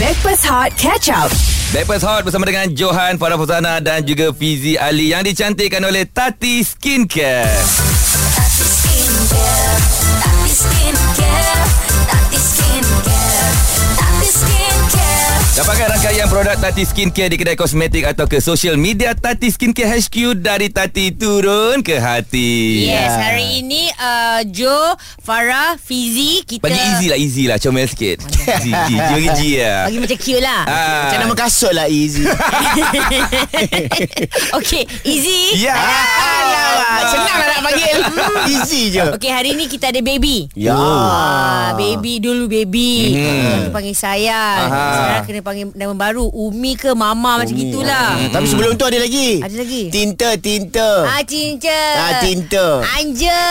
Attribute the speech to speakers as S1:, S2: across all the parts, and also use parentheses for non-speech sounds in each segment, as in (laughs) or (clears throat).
S1: Breakfast Hot Catch Up.
S2: Breakfast Hot bersama dengan Johan, Farah Fuzana dan juga Fizi Ali yang dicantikkan oleh Tati Skincare.
S3: Tati Skincare, Tati Skincare, Tati Skincare, Tati Skincare.
S2: Dapatkan rangkaian produk Tati Skincare di kedai kosmetik atau ke social media Tati Skincare HQ dari Tati turun ke hati.
S4: Yes, hari ini uh, Jo, Farah, Fizi kita
S2: Bagi easy lah, easy lah. Comel sikit. (laughs) G, G, G, bagi G lah.
S4: Bagi macam cute lah.
S2: Ah.
S5: Macam nama kasut lah (laughs) Easy
S4: (laughs) okay, easy.
S2: Ya. Ah.
S5: Alamak Senang lah nak
S2: (laughs)
S5: panggil Easy je
S4: Okay, hari ni kita ada baby.
S5: Ya
S4: Ah, baby dulu baby. Hmm. panggil sayang.
S2: Aha.
S4: Sekarang kena panggil nama baru Umi ke Mama macam gitulah.
S5: Hmm. Tapi sebelum tu ada lagi
S4: Ada lagi?
S5: Tinta Tinta
S4: Ah, Cinca.
S5: Ah, Tinta
S4: Anja.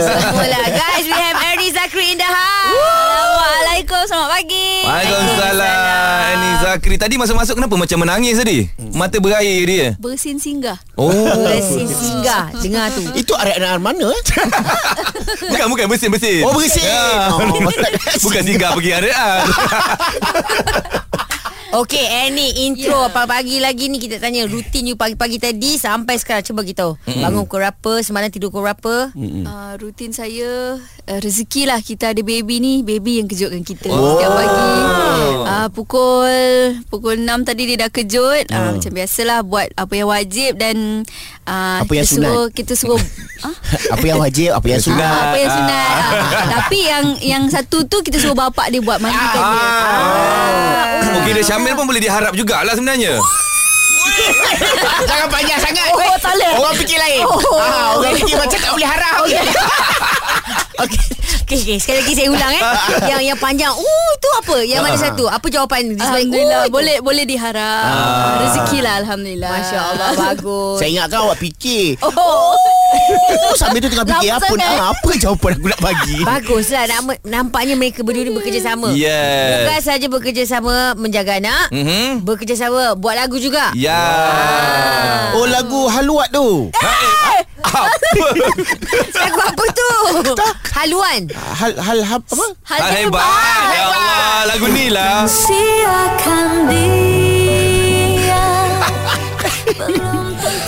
S4: Semua lah. Guys, we have Ernie Zakri in the house. Assalamualaikum. Selamat pagi.
S2: Waalaikumsalam Ani Zakri Tadi masuk-masuk kenapa macam menangis tadi? Mata berair dia
S3: Bersin singgah.
S2: Oh
S4: Bersin singgah. Dengar tu.
S5: Itu anak-anak mana
S4: (laughs)
S5: eh?
S2: Bukan bukan bersin-bersin
S5: Oh bersin
S2: Ya.
S4: (laughs)
S5: oh,
S2: Bukan singgah pergi haraan
S4: Okay Annie eh, Intro
S3: Ya.
S4: yeah. Pagi-pagi lagi ni Kita tanya Rutin you pagi-pagi tadi Sampai sekarang Cuba kita tahu mm-hmm. Bangun pukul berapa Semalam tidur pukul berapa mm-hmm.
S3: Uh, rutin saya uh, rezeki lah kita ada baby ni baby yang kejutkan kita oh. setiap pagi
S5: Oh.
S3: uh, pukul pukul 6 tadi dia dah kejut uh,
S5: Hmm.
S3: macam biasalah buat apa yang wajib dan uh,
S5: Apa yang
S3: kita suruh kita
S5: (laughs)
S3: suruh huh?
S5: Apa yang wajib Apa yang
S4: (laughs)
S5: sunat
S3: Ah, apa yang
S5: (laughs)
S3: sunat ah. Tapi yang yang satu tu Kita suruh bapak dia buat Mandikan dia Ah.
S5: Oh.
S2: ah. Okey dia Syamil pun boleh diharap jugalah sebenarnya
S5: Jangan panjang sangat
S4: Oh, tak boleh.
S5: Orang fikir lain
S4: Oh.
S5: ah, Orang fikir macam tak boleh harap
S4: okay. okay okay Sekali lagi saya ulang eh Yang yang panjang Oh itu apa Yang mana satu Apa jawapan Di sebalik,
S3: Alhamdulillah
S4: "Oh,"
S3: Boleh boleh diharap Rezeki lah Alhamdulillah
S4: Masya Allah
S3: (laughs)
S4: Bagus
S5: Saya ingatkan awak fikir
S4: Oh
S5: Oh sambil tu tengah fikir
S4: Lama
S5: Apa
S4: sangat.
S5: ah, apa jawapan aku nak
S4: (laughs)
S5: bagi
S4: Baguslah Nam- Nampaknya mereka berdua ni bekerjasama
S2: Yes.
S4: Bukan saja bekerjasama Menjaga anak
S2: Mhm.
S4: Bekerjasama Buat lagu juga
S2: Ya
S5: Oh lagu haluat tu
S4: Eh? (laughs)
S2: Apa
S4: Lagu apa tu Haluan
S5: Ha, Hal hal hal apa?
S4: Ha.
S2: Hal hebat Ya Allah Lagu ni lah
S3: Siakan dia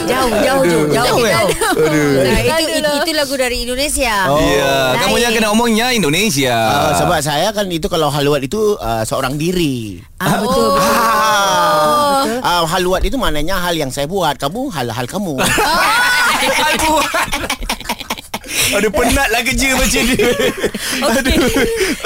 S4: Jauh jauh jauh Jauh
S5: Jauh, eh?
S4: jauh Nah, itu, itu, itu lagu dari Indonesia.
S5: Oh.
S2: Ya Kamu
S4: Lain.
S2: yang kena omongnya Indonesia
S5: Ah,
S2: (laughs)
S5: sebab saya kan itu kalau haluat itu uh, seorang diri.
S4: Ah, betul, betul.
S5: Ah, ah, haluat itu maknanya hal yang saya buat. Kamu hal-hal kamu.
S2: Aku Ada penat lah kerja macam
S4: (laughs)
S2: ni
S4: Okey.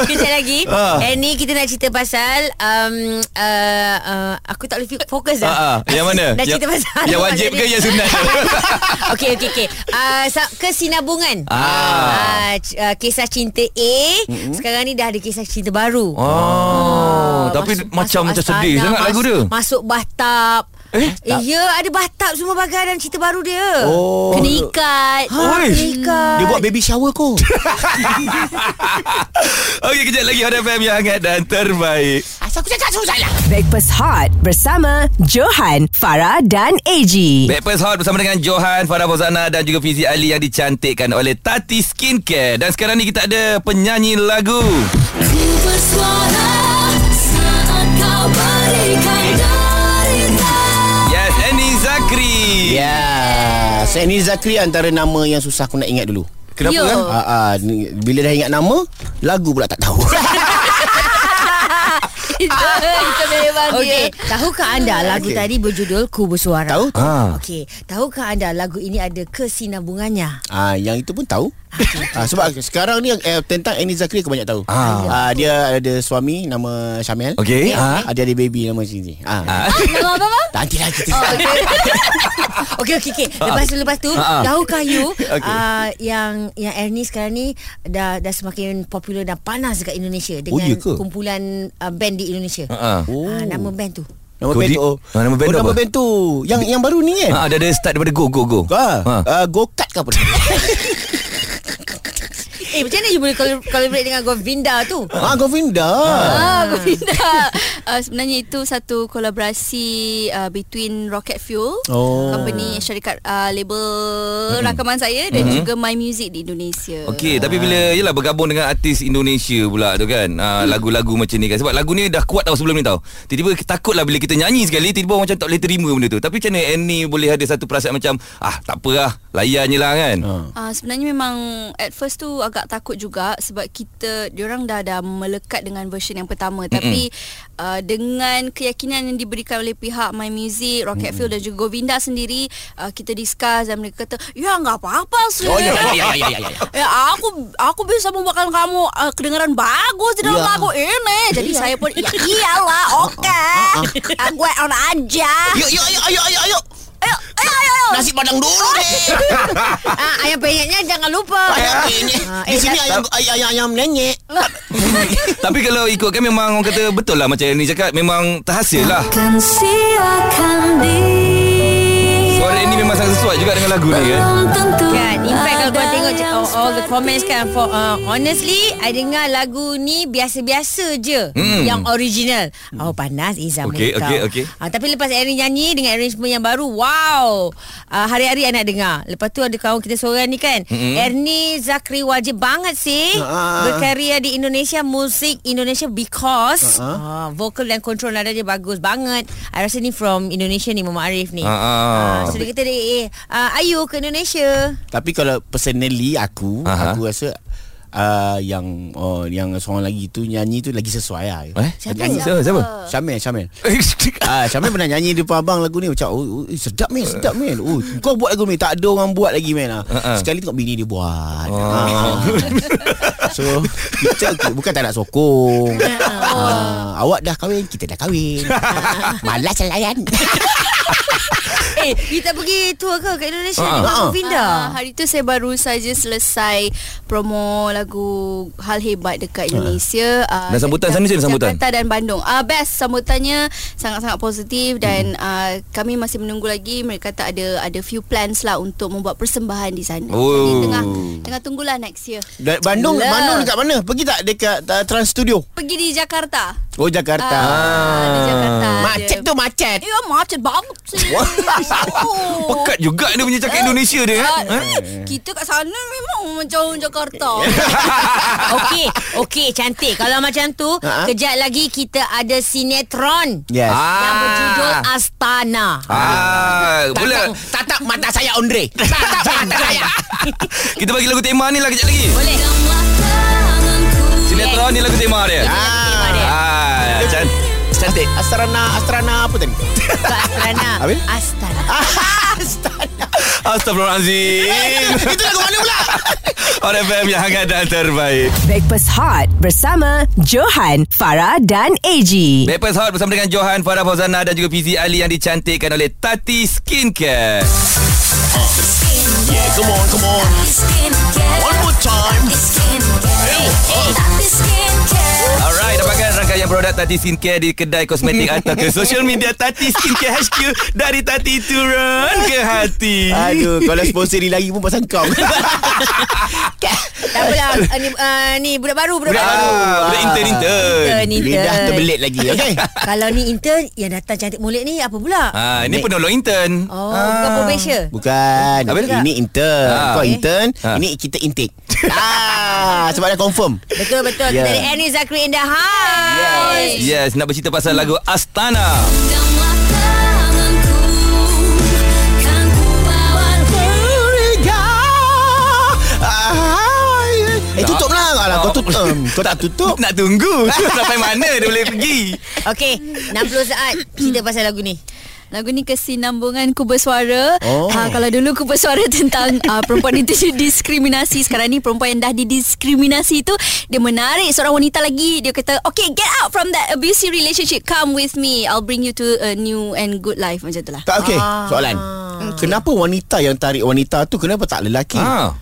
S4: (laughs) Kejap lagi.
S2: Ah.
S4: Eh ni kita nak cerita pasal um, uh, uh, aku tak boleh fi- fokus dah.
S2: Ah, ah. Yang mana?
S4: Dah
S2: Yang-
S4: cerita pasal
S2: yang wajib ke yang sunat?
S4: (laughs)
S2: (laughs)
S4: Okey okey okey. Ah sa- kesinabungan.
S2: Ah.
S4: Ah, c- ah, kisah cinta A mm-hmm. sekarang ni dah ada kisah cinta baru.
S2: Oh,
S4: Ah,
S2: tapi
S4: masuk-
S2: macam
S4: masuk
S2: macam sedih
S4: astana,
S2: sangat lagu
S4: masuk-
S2: dia.
S4: Masuk bathtub. Eh? eh ya, ada bathtub semua bagai dalam cerita baru dia.
S5: Oh.
S4: Kena ikat.
S2: Hai.
S4: Kena ikat. (laughs)
S5: Dia buat baby shower
S2: (laughs)
S5: ko.
S2: Okey, kejap lagi Hot FM yang hangat dan terbaik.
S5: Asal aku cakap susah lah.
S1: Breakfast Hot bersama Johan, Farah dan AG.
S2: Breakfast Hot bersama dengan Johan, Farah Fauzana dan juga Fizi Ali yang dicantikkan oleh Tati Skincare. Dan sekarang ni kita ada penyanyi lagu.
S3: Ku bersuara Saat kau berikan derita
S2: Yes, Annie Zakri.
S5: Ya. Yeah. Saya ni Zakri antara nama yang susah aku nak ingat dulu.
S2: Kenapa
S3: Yo.
S2: kan?
S5: Ah, ah, ni- bila dah ingat nama, lagu pula tak
S2: (laughs)
S5: tahu.
S3: Itu Itu memang dia
S4: Okey, tahukah anda lagu
S5: Okey.
S4: tadi berjudul Ku Bersuara?
S5: tahu?
S2: Ah.
S4: Okey, tahukah anda lagu ini ada kesinambungannya?
S5: Ah, yang itu pun tahu. ah, sebab sekarang ni eh, tentang Annie Zakri aku banyak tahu.
S2: Ah.
S5: Ah, dia ada suami nama Syamel.
S2: Okey.
S5: Ah,
S2: Ah.
S5: dia ada baby nama Sini. Ah. ah.
S4: Nama apa bang?
S5: Nanti lah
S2: (laughs)
S5: kita.
S4: (laughs)
S2: Oh.
S4: Okey okey okey. Lepas tu lepas tu
S2: Ah, ah.
S4: tahukah you
S2: (laughs) Okey.
S4: ah, yang yang Ernie sekarang ni dah dah semakin popular dan panas dekat Indonesia dengan
S2: ya ke?
S4: kumpulan ah, band di Indonesia.
S2: Ha.
S4: Oh. Ah, nama band tu.
S5: Nama
S2: Kau
S5: band
S2: di-
S5: tu.
S2: Ah, nama band
S5: oh,
S2: tu
S5: nama
S2: apa?
S5: band tu. Yang yang baru ni kan?
S2: Ha, ada ada start daripada go go go.
S5: Ah,
S2: Ha.
S5: uh, go kart ke apa? tu?
S4: Eh macam mana you boleh col- collaborate dengan Govinda tu?
S5: ah, Govinda.
S3: Ah, Govinda uh, sebenarnya itu satu kolaborasi uh, between Rocket Fuel
S5: Oh.
S3: company syarikat uh, label mm-hmm. rakaman saya dan mm-hmm. juga My Music di Indonesia.
S2: Okey, tapi bila yelah bergabung dengan artis Indonesia pula tu kan. Uh, lagu-lagu macam ni kan. Sebab lagu ni dah kuat tau sebelum ni tau. Tiba-tiba takutlah bila kita nyanyi sekali tiba-tiba orang macam tak boleh terima benda tu. Tapi macam mana Annie boleh ada satu perasaan macam ah tak apalah, layan je lah kan.
S5: Ha.
S3: Uh, sebenarnya memang at first tu agak takut juga sebab kita diorang dah dah melekat dengan version yang pertama tapi uh, dengan keyakinan yang diberikan oleh pihak My Music, Rocket Fuel dan juga Govinda sendiri uh, kita discuss dan mereka kata ya enggak apa-apa sih.
S5: Oh, ya, ya,
S2: ya, ya, ya.
S3: (laughs) Ya, aku aku bisa membuatkan kamu uh, kedengaran bagus di dalam
S5: Ya.
S3: lagu ini. Jadi saya pun ya iyalah
S5: (laughs)
S3: okey.
S4: Ah,
S2: Ah,
S3: Aku on aja.
S5: Yuk, yuk, yuk, yuk, yuk, yuk.
S3: Ayo ayo ayo. ayo.
S5: Nasi padang dulu ni.
S4: Ah, ayam penyetnya jangan lupa.
S5: Ayam penyet.
S4: Ah,
S5: Di
S4: eh,
S5: sini
S4: dah-
S5: ayam ayam ayam, ayam nenyek.
S2: Tapi kalau ikutkan memang orang kata betul lah macam Annie cakap memang terhasil lah.
S6: Kan silakan di
S2: Suara Annie memang sangat sesuai juga dengan lagu ni kan.
S6: Belum tentu
S4: Kan, in fact kalau korang
S6: ada
S4: tengok
S6: yang
S4: all, all the
S6: seperti
S4: comments kan for uh, honestly I dengar lagu ni biasa-biasa je
S2: Hmm.
S4: yang original. Oh panas Izam
S2: Okey,
S4: kau.
S2: okey, okey.
S4: Ah, tapi lepas Erin nyanyi dengan arrangement yang baru, wow. Uh, hari-hari anak dengar. Lepas tu ada kawan kita seorang ni kan.
S2: Hmm.
S4: Mm-hmm. Ernie Zakri wajib banget sih
S5: Ah.
S4: berkarya di Indonesia musik Indonesia because uh,
S5: Ah.
S4: vocal dan kontrol nada dia bagus banget. I rasa ni from Indonesia ni Mama Arif ni.
S2: Ah, ah.
S4: Ah, so dia kata dia eh, uh, ayu ke Indonesia.
S5: Tapi kalau personally aku,
S2: Aha.
S5: aku rasa uh, yang oh, yang seorang lagi tu nyanyi tu lagi sesuai lah.
S2: Eh?
S4: Siapa?
S5: Nyanyi.
S2: Siapa? Siapa?
S5: Syamil, Syamil.
S2: (laughs)
S5: Ah, Syamil pernah nyanyi di depan abang lagu ni macam oh, oh eh, sedap ni, sedap ni. Oh, kau buat lagu ni tak ada orang buat lagi man.
S2: Ha-ha.
S5: Uh-uh. Sekali tengok bini dia buat.
S2: Oh.
S5: Ah. (laughs) so kita bukan tak nak sokong.
S3: Ya,
S5: Ah, awak dah kahwin, kita dah
S3: (laughs)
S5: kahwin. Malas layan.
S4: (laughs) Eh, kita pergi tour ke kat Indonesia
S2: Ah.
S4: uh-huh. dengan
S5: Ah.
S4: Govinda?
S3: Ah, hari tu saya baru saja selesai promo lagu Hal Hebat dekat Indonesia.
S2: Ah.
S3: Uh,
S2: Dan sambutan sana macam mana sambutan?
S3: Jakarta dan Bandung. Uh, best sambutannya sangat-sangat positif dan hmm. uh, kami masih menunggu lagi mereka kata ada ada few plans lah untuk membuat persembahan di sana. Jadi
S2: Oh.
S3: tengah tengah tunggulah next year.
S5: Dan Bandung,
S3: Gila.
S5: Bandung dekat mana? Pergi tak dekat uh, Trans Studio?
S3: Pergi di Jakarta.
S5: Oh Jakarta.
S3: Ah, di Jakarta.
S5: macet
S3: dia.
S5: tu macet.
S3: Ya macet banget
S2: (laughs)
S3: sih.
S2: Wah.
S3: Oh.
S2: Pekat juga dia punya cakap Indonesia dia kan.
S3: Ah, Kita kat sana memang jauh
S2: (laughs)
S3: Jakarta.
S4: Okey, okey cantik. Kalau macam tu,
S2: Ha?
S5: Ah.
S4: kejap lagi kita ada sinetron
S5: Yes.
S2: Ah.
S4: yang berjudul Astana.
S2: Ah, boleh.
S5: Tatap, tatap mata saya Andre. Tatap mata saya.
S2: (laughs) Kita bagi lagu tema ni lah kejap lagi.
S4: Boleh.
S2: Sinetron ni lagu tema dia.
S4: Ya.
S2: Ah,
S5: Ah.
S2: can- cantik.
S5: Astrana, Astrana apa tadi?
S4: Kak Astana.
S5: Habis?
S4: Astana.
S5: Astrana.
S2: Astagfirullahalazim.
S5: Itu lagu mana pula?
S2: (laughs) On FM yang hangat dan terbaik.
S1: Breakfast Hot bersama Johan, Farah dan AG.
S2: Breakfast Hot bersama dengan Johan, Farah Fauzana dan juga Fizi Ali yang dicantikkan oleh Tati Skincare.
S5: Yeah, come on, come on. One more time.
S2: Alright, dapatkan rangkaian produk Tati Skincare di kedai kosmetik atau ke social media Tati Skincare HQ dari Tati turun ke hati.
S5: Aduh, kalau sponsor ni lagi pun pasal (laughs) kau.
S4: Tak
S2: (laughs)
S4: apalah. Uh, ni, uh, ni budak baru, budak,
S2: Budak baru, budak intern-intern.
S4: Intern, intern.
S5: Lidah terbelit lagi.
S2: (laughs)
S5: Okay.
S4: Kalau ni intern yang datang cantik mulut ni apa pula?
S2: Ah, ini penolong intern.
S4: Oh,
S2: Ah.
S4: bukan probation.
S5: Bukan.
S2: Apa dia?
S5: Ini intern.
S2: Ah.
S5: Kau
S2: Okay.
S5: intern,
S2: Ah.
S5: ini kita intake. ah, sebab dah confirm.
S4: Betul betul.
S5: Yeah.
S4: Kita ada Annie Zakri in the house.
S2: Ya. Yes, nak bercerita pasal lagu Astana.
S5: Eh
S2: lah,
S5: tutuplah Alah, kau tutup
S2: Ah.
S5: um, Kau tak tutup
S2: Nak tunggu sampai mana dia boleh pergi.
S4: Okey, 60 saat cerita pasal lagu ni.
S3: Lagu ni kesinambungan ku bersuara.
S5: Oh.
S3: Ha, kalau dulu ku bersuara (laughs) tentang uh, perempuan itu (laughs) je diskriminasi. Sekarang ni perempuan yang dah didiskriminasi tu dia menarik seorang wanita lagi. Dia kata, "Okay, get out from that abusive relationship. Come with me. I'll bring you to a new and good life." Macam tu lah.
S5: Tak okey
S2: Ah.
S5: Soalan Kenapa wanita yang tarik wanita tu Kenapa tak lelaki
S2: Hmm. Ah.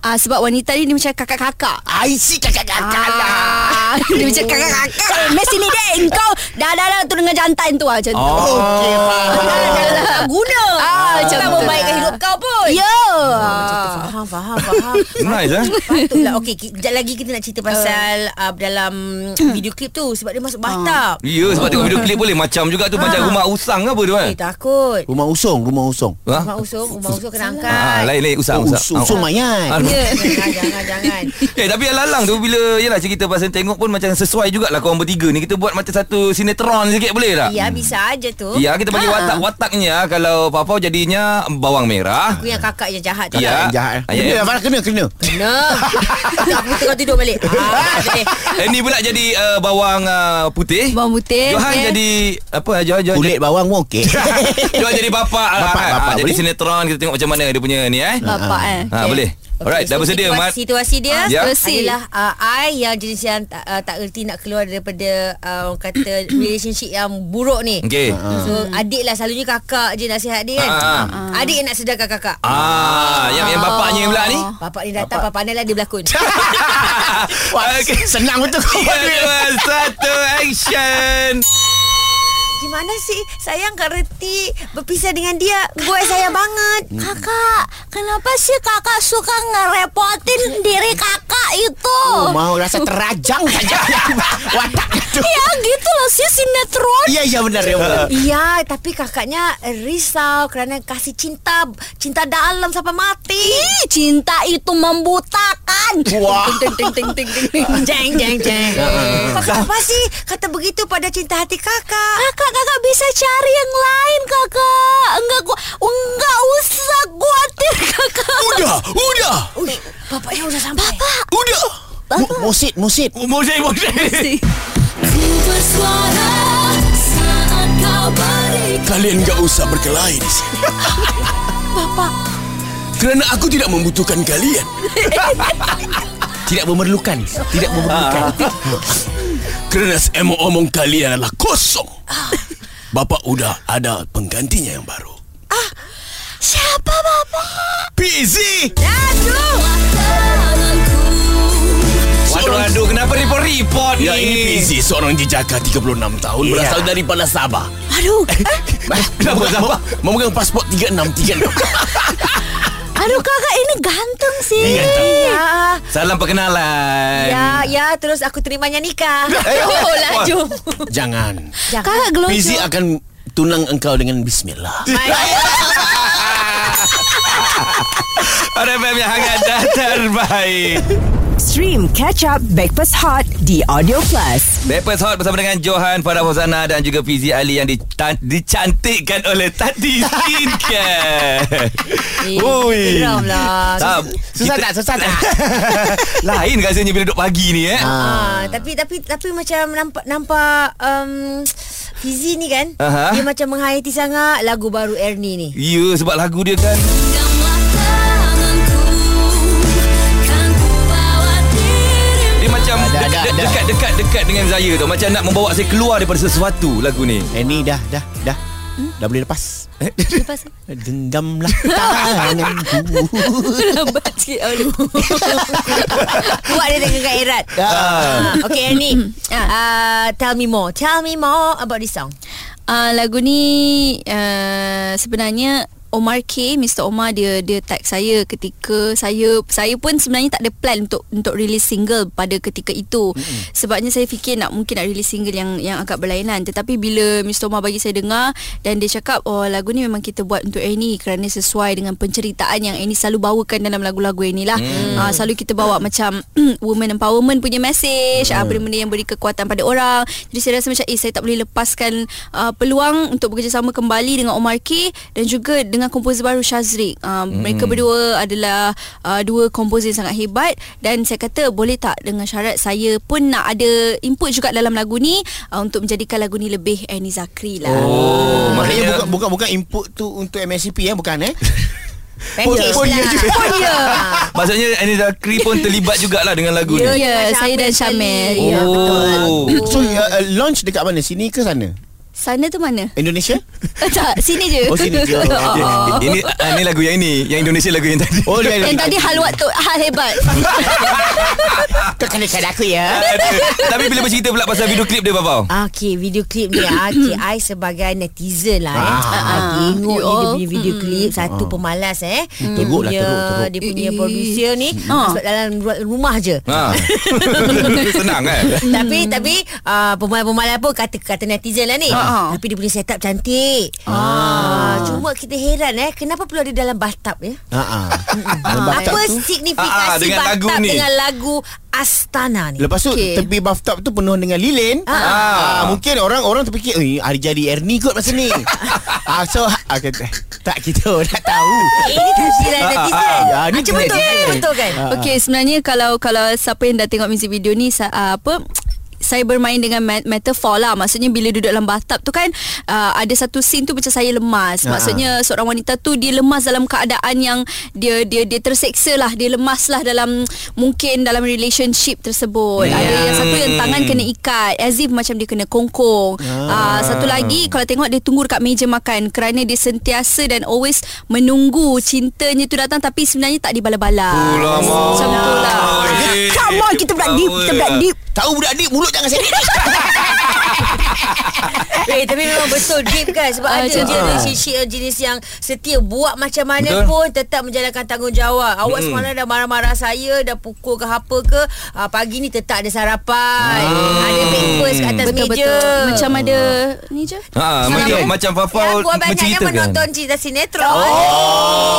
S3: Ah sebab wanita ni dia macam kakak-kakak.
S5: I see kakak-kakak lah.
S3: Ah, dia macam kakak-kakak. Eh, Meh sini dek. Engkau dah dah dah tu dengan jantan tu ah macam tu.
S5: Okey faham
S4: Kalau tak guna.
S3: Ah,
S4: Ah, Bukan
S3: macam tu
S4: membaikkan
S3: lah.
S4: hidup kau pun. Ah,
S3: Ya. Yeah.
S4: Faham, faham,
S2: (laughs)
S4: faham.
S2: Nice eh
S4: Patutlah Okay ki- Kejap lagi kita nak cerita pasal uh.
S2: Ah.
S4: Uh, Dalam
S2: Hmm.
S4: video klip tu Sebab dia masuk batak
S2: Ya yeah, sebab tengok video klip boleh Macam juga tu Macam rumah usang ke apa tu kan
S4: Ah. Eh takut
S5: Rumah usung, rumah usung.
S2: Ha?
S4: Rumah usung Rumah usung kena
S2: Ah,
S4: angkat
S2: lain lain usang
S5: Oh, usung, usung mayat.
S2: Ah,
S4: Ya Jangan jangan
S2: (laughs)
S4: jangan
S2: Eh tapi yang lalang tu bila yalah cerita pasal tengok pun macam sesuai jugalah korang bertiga ni kita buat macam satu sinetron sikit boleh tak?
S4: Ya Ah. bisa aja tu
S2: Ya kita bagi watak-wataknya kalau Papau jadinya bawang merah.
S4: Aku yang kakak je jahat tu
S2: Ya.
S5: Yang jahat. eh.
S2: Ah, ya.
S5: Kena, Farah, kena, kena.
S4: (laughs) No Aku tengah tidur balik
S6: (laughs)
S4: ah, boleh.
S2: Annie pula jadi uh, bawang uh, putih.
S3: Bawang putih.
S2: Johan
S3: ya.
S2: jadi apa Johan Johan
S5: Kulit bawang pun (laughs) okey.
S2: (laughs) jadi,
S5: Ya.
S2: Johan jadi bapak lah
S5: Bapak,
S2: kan? Ah,
S5: bapak,
S2: jadi
S5: boleh?
S2: sinetron kita tengok macam mana dia punya ni eh.
S3: Bapak eh.
S2: Ha boleh. Alright dah bersedia Mat.
S4: situasi, situasi dia
S2: Ah, ya.
S3: Situasi.
S4: Adalah uh, I yang jenis yang tak, uh, tak erti nak keluar daripada uh, Orang
S2: (coughs)
S4: kata relationship yang buruk ni
S2: Okey.
S5: Ah,
S4: So adik lah Selalunya kakak je nasihat dia kan
S2: Hmm. Ah,
S4: Adik yang nak sedarkan kakak Oh.
S2: Ah yang yang bapaknya pula
S4: (laughs)
S2: ni.
S4: Bapak ni datang Bapak pandai lah dia berlakon
S5: Wah, (laughs) senang betul kau.
S2: Tiga, dua, satu, action.
S4: Gimana sih Sayang Kak Reti Berpisah dengan dia Buat saya banget
S2: Hmm.
S6: Kakak, kenapa sih kakak suka ngerepotin diri kakak itu?
S4: Oh.
S5: Mau rasa terajang (laughs) saja watak itu.
S6: Ya gitu loh sih sinetron.
S5: Ya, ya benar ya. benar.
S4: Iya, tapi kakaknya eh, risau kerana kasih cinta, cinta dalam sampai mati.
S6: Ih, cinta itu membutakan.
S5: Wah.
S3: Ting ting ting ting ting ting.
S4: (laughs) Jeng jeng jeng. Kakak apa sih kata begitu pada cinta hati kakak?
S6: Kakak kakak bisa cari yang lain kakak. Enggak gua enggak usah khawatir kakak.
S5: Udah, udah,
S4: Ui,
S6: ya
S4: bapaknya udah sampai.
S5: udah. (laughs) Mu- Musid, musid.
S2: Mosek, mosek.
S5: (laughs)
S6: Ku bersuara saat kau beri
S7: Kalian gak usah berkelahi di sini. Bapak. Kerana aku tidak membutuhkan kalian.
S5: (laughs) Tidak memerlukan. Tidak memerlukan.
S7: (laughs) Kerana semua omong kalian adalah kosong. Bapak udah ada penggantinya yang baru.
S6: siapa bapak?
S7: PZ!
S6: Tanganku
S2: Waduh, waduh, kenapa report-report
S7: Ya,
S2: ni?
S7: ini PZ, seorang jejaka 36 tahun
S5: Ya.
S7: berasal daripada Sabah.
S6: Aduh
S7: Eh. Kenapa Sabah? Memegang pasport 3636.
S6: Aduh kakak ini ganteng sih
S7: Ini ganteng.
S4: Ya,
S2: Salam perkenalan.
S4: ya, ya. Terus aku terimanya nikah.
S2: Oh, lah, jom.
S7: Jangan.
S6: Kakak glowing
S7: PZ akan tunang engkau dengan bismillah.
S2: Orang FM yang hangat dan (laughs) terbaik.
S1: Stream Catch Up Backpass Hot di Audio Plus.
S2: Backpast Hot bersama dengan Johan, Farah Fosana dan juga Fizi Ali yang ditan- dicantikkan oleh Tati
S3: (laughs)
S2: Skincare.
S3: Eh,
S2: Ui.
S4: Geram lah.
S2: Tak,
S5: Susah
S2: kita-
S5: tak? Susah tak?
S2: Lain rasanya bila duduk pagi ni eh.
S4: Ah, tapi tapi tapi macam nampak nampak um, Fizi ni kan
S2: Aha.
S4: Dia macam menghayati sangat Lagu baru Ernie ni
S2: Ya, sebab lagu dia kan
S6: Peganglah tanganku Kan ku bawa dirimu
S2: dia macam
S5: Dah, dah,
S2: dekat,
S5: dah.
S2: dekat dekat dekat dengan saya tau. Macam nak membawa saya keluar daripada sesuatu lagu ni.
S5: Eh ni dah, dah, dah. Dah boleh lepas.
S3: Lepas
S5: (laughs) Genggamlah tanganku.
S3: lambat sikit.
S4: (laughs)
S3: Aduh.
S4: Buat dia dengan Kak Erat
S5: Ya.
S4: Ah, Okay Ernie uh, Tell me more Tell me more about this song
S3: Uh, lagu ni uh, sebenarnya Omar K, Mr. Omar dia dia tag saya ketika saya saya pun sebenarnya tak ada plan untuk untuk release single pada ketika itu. Mm-hmm. Sebabnya saya fikir nak mungkin nak release single yang yang agak berlainan tetapi bila Mr. Omar bagi saya dengar dan dia cakap oh lagu ni memang kita buat untuk Annie kerana sesuai dengan penceritaan yang Annie selalu bawakan dalam lagu-lagu Annie lah. Mm. Uh, selalu kita bawa macam (clears throat) woman empowerment punya message, mm. uh,
S5: Hmm.
S3: benda-benda yang beri kekuatan pada orang. Jadi saya rasa macam eh saya tak boleh lepaskan uh, peluang untuk bekerjasama kembali dengan Omar K dan juga dengan komposer baru Shazrik. Uh, hmm. Mereka berdua adalah uh, dua komposer yang sangat hebat dan saya kata boleh tak dengan syarat saya pun nak ada input juga dalam lagu ni uh, untuk menjadikan lagu ni lebih Annie Zakri lah.
S2: Oh,
S5: Maknanya
S2: maknanya
S5: bukan bukan bukan input tu untuk MSCP ya bukan eh?
S4: Package
S5: pun
S4: lah
S5: dia juga.
S4: Pun dia
S2: maksudnya Annie Zakri pun terlibat jugalah dengan lagu
S3: Ya,
S2: ni.
S3: yeah,
S4: Macam
S3: saya dan
S4: Amel
S5: Oh.
S3: Syamel.
S4: Sally.
S3: Ya, betul.
S2: Oh.
S5: So uh, uh, launch dekat mana? Sini ke sana?
S3: Sana tu mana? (laughs)
S5: Indonesia?
S3: Eh, tak, sini je.
S5: Oh, sini
S3: (laughs)
S5: je.
S2: Okay.
S3: Oh.
S2: Ini ah, ni lagu yang ini, yang Indonesia lagu yang tadi. (laughs)
S5: Oh,
S3: Yang tadi halwat tu hal hebat.
S5: (laughs) Kau kena cakap aku ya.
S2: Tapi bila bercerita pula pasal video klip dia Babau.
S4: Ah, Okay video klip ni ah, Okay I sebagai netizen lah eh.
S5: Ah.
S4: ah, Tengok ni dia
S3: You all.
S4: punya video klip Satu pemalas eh Dia
S5: teruk lah,
S4: punya,
S5: teruk, teruk. Mm.
S4: Dia punya
S3: Eh, eh.
S4: producer ni Sebab dalam ru- rumah je (laughs)
S2: Ha. Senang kan?
S5: Hmm.
S4: tapi tapi uh, pemalas-pemalas pun kata kata netizen lah ni.
S3: Ha.
S4: Tapi dia punya setup cantik. Ah. cuma kita heran eh kenapa perlu ada dalam bathtub ya?
S5: Ha ah. Dalam bathtub
S4: Apa
S2: Ah,
S5: tu.
S2: ah,
S4: signifikasi
S2: dengan lagu
S4: bathtub
S2: ni.
S4: dengan lagu Astana ni?
S5: Lepas tu
S3: Okey.
S5: okay. tepi bathtub tu penuh dengan lilin. Ah. ah mungkin orang-orang terfikir, "Eh, hari jadi Ernie kot masa (laughs) ni." ah so ah, kata, tak kita nak (laughs) tahu.
S4: Eh, ini tafsiran netizen.
S5: Ah, ni
S4: Macam betul kan?
S5: netizen.
S4: Betul kan?
S3: Okey, sebenarnya kalau kalau siapa yang dah tengok music video ni sa, uh, apa saya bermain dengan met- metafor lah Maksudnya bila duduk dalam bathtub tu kan uh, Ada satu scene tu macam saya lemas
S4: Ah.
S3: Maksudnya seorang wanita tu Dia lemas dalam keadaan yang Dia dia dia terseksa lah Dia lemas lah dalam Mungkin dalam relationship tersebut Ada
S2: Ya.
S3: yang satu yang tangan kena ikat As if macam dia kena kongkong
S2: Ya.
S3: uh, Satu lagi kalau tengok dia tunggu dekat meja makan Kerana dia sentiasa dan always Menunggu cintanya tu datang Tapi sebenarnya tak dibala-bala
S2: Ulama.
S3: macam tu lah
S6: Come on kita berat deep Kita berat deep
S5: Tahu budak ni mulut jangan sendiri.
S4: (laughs) Eh tapi memang betul Deep kan Sebab ada
S3: Ah,
S4: je
S3: macam tu.
S4: relationship yang jenis yang Setia buat macam mana
S2: Betul.
S4: betul. pun Tetap menjalankan tanggungjawab Awak mm. semalam dah marah-marah saya Dah pukul ke apa ke ah, Pagi ni tetap ada sarapan
S2: Ah.
S4: Ada breakfast kat atas
S3: Betul
S4: meja
S3: betul Macam ada Ni je
S2: Ha, macam macam
S4: eh?
S2: kan?
S4: Yang
S2: Fafau
S4: Ya, buat banyak yang
S2: menceritakan. (laughs)
S4: menonton cerita sinetron oh.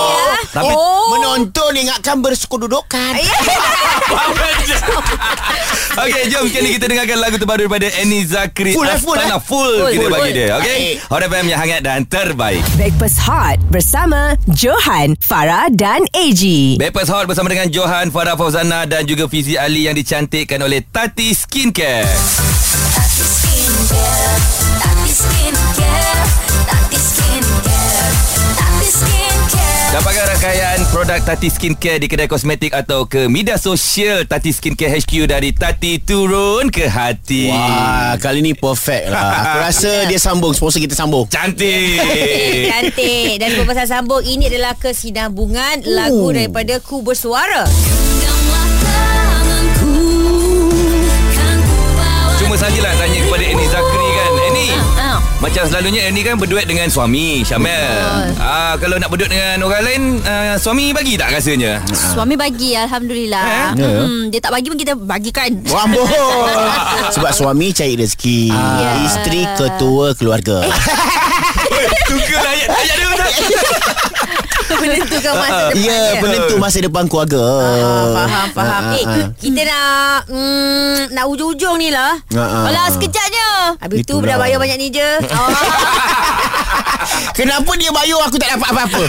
S4: Ya.
S2: Tapi
S5: Menonton ingatkan bersekududukan.
S2: Okay jom Kini kita dengarkan lagu terbaru Daripada Annie Zakri
S5: Full, eh, full,
S2: Astana
S5: eh.
S2: full,
S5: Full,
S2: Kita
S5: full.
S2: bagi dia Okay
S5: Baik.
S2: Hot FM yang hangat dan terbaik
S1: Breakfast Hot bersama Johan, Farah dan AG.
S2: Bepers Hot bersama dengan Johan Farah Fauzana Dan juga Fizi Ali Yang dicantikkan oleh Tati Skincare Dapatkan rangkaian produk Tati Skincare di kedai kosmetik atau ke media sosial Tati Skincare HQ dari Tati turun ke hati.
S5: Wah, kali ni perfect lah. Aku (laughs) rasa dia sambung, sponsor kita sambung.
S2: Cantik.
S4: (laughs) Cantik Dan pasal sambung Ini adalah kesinambungan Lagu daripada Ku Bersuara (laughs)
S2: Cuma sajalah tanya kepada Annie Zakri kan. Annie.
S3: Ah.
S2: Macam selalunya Annie kan berduet dengan suami Syamel. Ah kalau nak berduet dengan orang lain ah, suami bagi tak
S5: (laughs)
S2: rasanya?
S3: Suami bagi
S2: Eh?
S3: Alhamdulillah
S5: Ya.
S3: hmm, Dia tak bagi pun kita bagikan
S5: Wambon (laughs) Sebab suami cari rezeki
S3: Ya.
S5: Isteri ketua keluarga
S2: Tukar lah, ayat ayat dia tak.
S4: Menentukan
S2: Ah,
S4: masa depan
S5: (laughs) Ya penentu masa depan keluarga
S4: Faham faham
S5: Ah,
S4: Eh
S5: ah, ah.
S4: kita nak mm, Nak ujung-ujung ni lah
S5: Ah, ah.
S4: Alah sekejap je Habis tu
S5: Itulah.
S4: dah bayar banyak ni je oh, (laughs)
S5: Kenapa dia bayar aku tak dapat apa-apa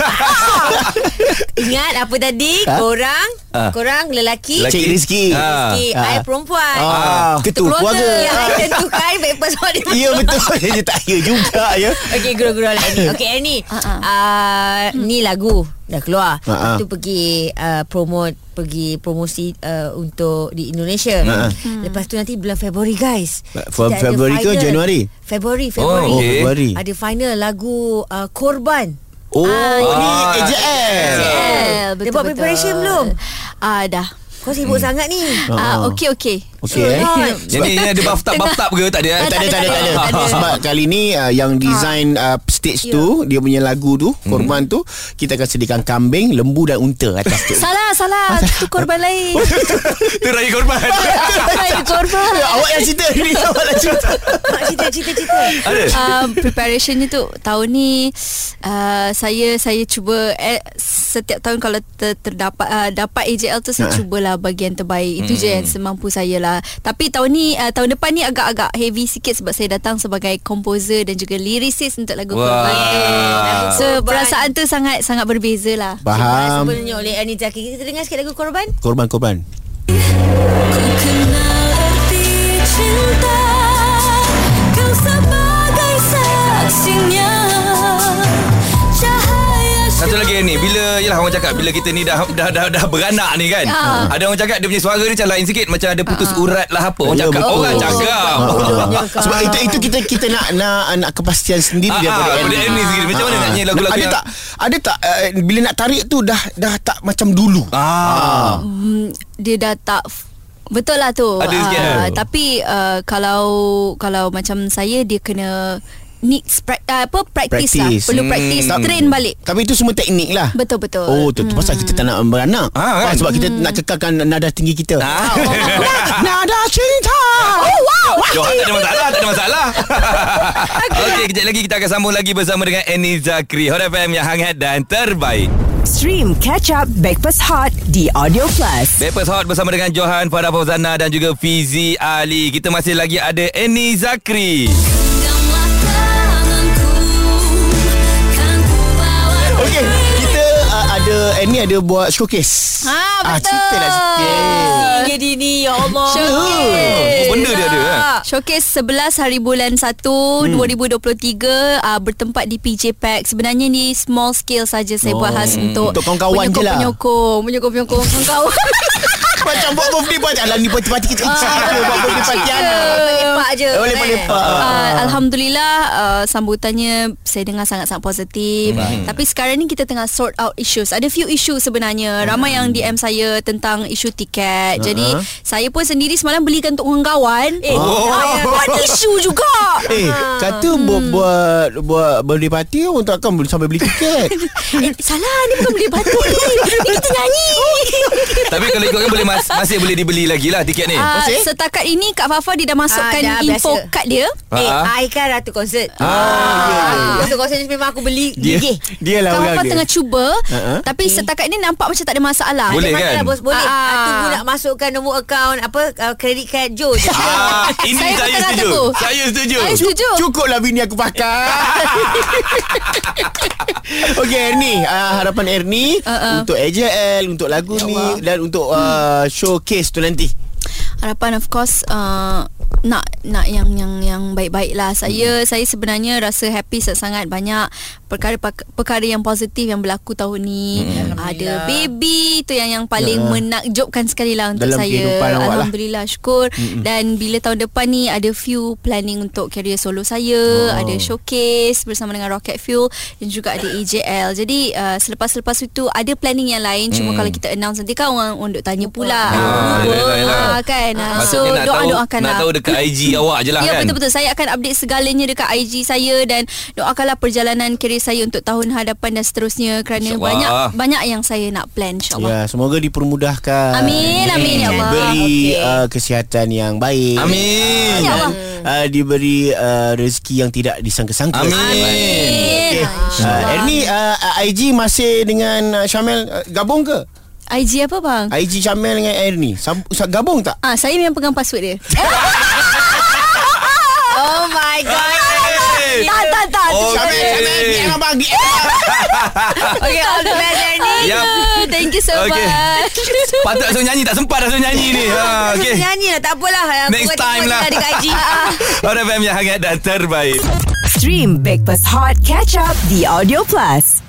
S4: Ingat apa tadi
S5: Ah.
S4: Korang
S2: Ah.
S4: Korang lelaki
S5: Cik Rizki
S2: Ah.
S4: Rezeki
S5: Ah.
S4: I perempuan
S5: Ah.
S4: Ketua
S5: Ketua
S4: keluarga (laughs)
S5: keluarga.
S4: Yang I tentukan Breakfast on the
S5: Ya betul (laughs) Dia tak ya juga ya
S4: Okey, gurau-gurau lah Ernie. Okey, Ernie.
S3: ah.
S4: Uh,
S5: Hmm.
S4: ni lagu dah keluar.
S5: Ah, ah.
S4: Lepas tu pergi uh, promote pergi promosi uh, untuk di Indonesia.
S5: Ah, ah.
S4: Hmm. Lepas tu nanti bulan Februari guys.
S5: Fe-
S4: Kita ada
S5: Februari ke
S4: final.
S5: Januari?
S4: Februari, Februari.
S2: Oh, okey.
S5: Februari.
S4: Ada final lagu uh, Korban.
S5: Oh ni
S2: Ah.
S5: AJL
S3: Eh, betul,
S4: Dia buat
S3: betul.
S4: preparation belum?
S3: Ah dah
S4: Kau sibuk hmm. sangat ni.
S5: Ah, ah.
S3: Ah, Okey okey
S5: Okey eh.
S4: Sure.
S2: Jadi ini ada bathtub bathtub ke (laughs) tak ada? eh?
S5: Tak ada, tak ada, tak ada.
S4: Tak ada.
S5: Sebab kali ni uh, yang design uh, stage tu, dia punya lagu tu,
S2: Hmm.
S5: korban tu, kita akan sediakan kambing, lembu dan unta atas tu.
S3: Salah salah Itu korban lain
S2: Itu raya
S5: (laughs)
S2: korban.
S3: Itu korban
S5: (laughs) Ya, awak yang cerita ni, awak yang cerita.
S4: Mak cerita cerita cerita.
S5: (laughs)
S2: Ada.
S3: uh, preparationnya tu tahun ni uh, saya saya cuba eh, setiap tahun kalau ter, terdapat uh, dapat AJL tu saya cubalah bagi yang terbaik itu je yang semampu saya lah tapi tahun ni uh, tahun depan ni agak-agak heavy sikit sebab saya datang sebagai composer dan juga lyricist untuk lagu
S2: Wah.
S3: korban
S2: Lagu
S3: so
S4: Korban.
S3: perasaan tu sangat sangat berbeza lah
S5: Faham.
S4: Sebenarnya oleh Ernie Zaki. Kita dengar sikit lagu Korban.
S5: Korban, korban.
S2: Satu lagi dia ni Bila Yelah orang cakap Bila kita ni dah Dah dah, dah beranak ni kan
S5: Ya.
S3: Ah.
S2: Ada orang cakap Dia punya suara dia macam lain sikit Macam ada putus urat lah apa Orang
S5: Ya,
S2: cakap
S5: betul.
S2: Orang cakap (laughs)
S5: Ah, Sebab itu itu kita kita nak nak nak kepastian
S2: Ah, ah,
S5: sendiri daripada
S2: daripada
S5: Ernie.
S2: Ernie sendiri. Macam mana nak nyanyi lagu-lagu
S5: Ada
S2: yang-
S5: tak ada tak uh, bila nak tarik tu dah dah tak macam dulu.
S2: Ah.
S3: mm, dia dah tak f- Betul lah tu.
S2: Ada sikit
S3: Ah,
S2: lah.
S3: tapi uh, kalau kalau macam saya dia kena needs pra- ah, apa practice, lah.
S5: Practice. Hmm.
S3: Perlu practice
S2: Hmm.
S3: train balik.
S5: Tapi itu semua teknik lah.
S3: Betul betul.
S5: Oh tu, tu pasal kita tak nak beranak
S2: Ah, kan?
S5: Sebab kita nak kekalkan nada tinggi kita
S2: Ah.
S5: (laughs) Nada cinta Oh wow
S2: Johan tak ada masalah Tak ada masalah Okey kejap lagi Kita akan sambung lagi Bersama dengan Annie Zakri Hot FM yang hangat dan terbaik
S1: Stream Catch Up Backpass Hot di Audio Plus.
S2: Bepers Hot bersama dengan Johan Farah Fauzana Dan juga Fizi Ali Kita masih lagi ada Annie Zakri
S5: Okay Kita uh, ada Annie ada buat showcase
S4: Ah, betul.
S5: Ceritalah sikit
S4: (laughs) Dia dini ya Allah.
S2: Oh, benda dia ada eh?
S3: Ah. Showcase 11 hari bulan 1 2023 uh, bertempat di PJ Pack. Sebenarnya ni small scale saja saya buat khas untuk
S5: Untuk kawan-kawan je lah.
S3: Penyokong, penyokong, penyokong, kawan-kawan.
S5: Macam buat birthday party Alah ni birthday party kecil-kecil je Buat birthday party anak
S4: Lepak je.
S5: Tak boleh
S4: kan?
S5: lepak
S3: Uh, Alhamdulillah uh, sambutannya saya dengar sangat-sangat positif. Tapi sekarang ni kita tengah sort out issues. Ada few issue sebenarnya. Ramai yang DM saya tentang isu tiket. Jadi saya pun sendiri semalam belikan untuk orang kawan. Eh,
S2: Oh.
S3: (laughs) buat isu juga.
S5: Eh
S3: Ah.
S5: kata buat buat buat birthday party Orang takkan boleh sampai beli tiket
S3: eh, salah ni bukan beli batu ni. Ni kita nyanyi.
S2: Tapi kalau ikutkan boleh mas- Masih boleh dibeli lagi lah Tiket ni
S3: Uh, setakat ini Kak Fafa dia dah masukkan
S4: dah,
S3: info
S4: biasa.
S3: kad dia.
S4: Eh,
S2: Ah.
S4: I kan ratu konsert.
S5: Ah,
S4: Konsert-konsert ni memang aku beli gigih.
S5: Dia lah
S3: Kak
S5: orang
S3: Fafa
S5: dia
S3: tengah cuba
S5: Ha-ha.
S3: tapi setakat ni nampak macam tak ada masalah.
S2: Boleh
S4: Memang
S2: kan?
S4: lah, bos, boleh.
S3: Ah.
S4: Ah. Tunggu nak masukkan nombor akaun apa uh, credit card Joe je.
S2: Ah, ini
S3: Saya
S2: saya, saya
S3: betul-betul
S2: setuju.
S3: teguh.
S2: Saya setuju.
S3: Saya setuju.
S5: Cukuplah bini aku
S3: (laughs)
S5: pakai Okey Ernie uh, Harapan Ernie
S3: Uh-uh. Ya Hmm.
S5: Untuk AJL Untuk lagu ni Dan untuk uh, showcase tu nanti
S3: harapan of course uh, nak nak yang yang yang baik-baik lah
S5: Hmm.
S3: saya saya sebenarnya rasa happy sangat banyak perkara perkara yang positif yang berlaku tahun ni
S5: Hmm.
S3: ada baby tu yang yang paling menakjubkan sekali lah untuk
S5: Ya. Dalam
S3: saya
S5: kehidupan awak lah. Hmm.
S3: alhamdulillah syukur dan bila tahun depan ni ada few planning untuk career solo saya
S5: Oh.
S3: ada showcase bersama dengan Rocket Fuel dan juga ada AJL jadi uh, selepas-selepas itu ada planning yang lain
S5: Hmm.
S3: cuma kalau kita announce nanti kan orang untuk tanya pula
S2: Ah, yelah, yelah.
S3: Ah, kan Ah, so
S2: Maksudnya nak tahu,
S3: doa-doakanlah
S2: Nak tahu dekat IG awak je lah
S3: lah. Ya
S2: kan?
S3: betul-betul Saya akan update segalanya Dekat IG saya Dan doakanlah perjalanan Karier saya untuk tahun hadapan Dan seterusnya Kerana
S2: InsyaAllah.
S3: banyak Banyak yang saya nak plan InsyaAllah
S5: Ya semoga dipermudahkan Hmm.
S3: Amin, amin, ya Allah.
S5: Diberi
S4: Okey.
S5: uh, kesihatan yang baik
S2: Amin.
S3: Ya
S5: Dan, uh, Diberi uh, rezeki yang tidak disangka-sangka
S2: Amin.
S5: Okay.
S3: Ah,
S5: Uh, Ernie uh, IG masih dengan uh, Syamel uh, Gabung ke?
S3: IG apa bang?
S5: IG Syamel dengan Ernie Sam- sa- Gabung tak?
S3: Ah, saya memang pegang password
S2: (laughs)
S3: dia
S4: oh my
S2: Ya,
S4: god.
S2: Eh,
S3: Tak tak tak
S2: Okey.
S5: Syamel, Syamel DM abang DM
S4: Okay, all the best Ernie.
S2: Yap.
S3: Ah, Thank you so
S2: Okay.
S3: much
S2: Ya, Patut suruh nyanyi tak sempat dah suruh nyanyi ni. Ha okey.
S4: Nyanyi lah, tak apalah. Aku
S2: Next
S4: buat
S2: time
S4: tengok je
S2: lah.
S4: Dekat IG.
S2: (laughs)
S4: Ah.
S2: Hot FM yang hangat dan terbaik.
S1: Stream Backpass Hot Catch Up di Audio Plus.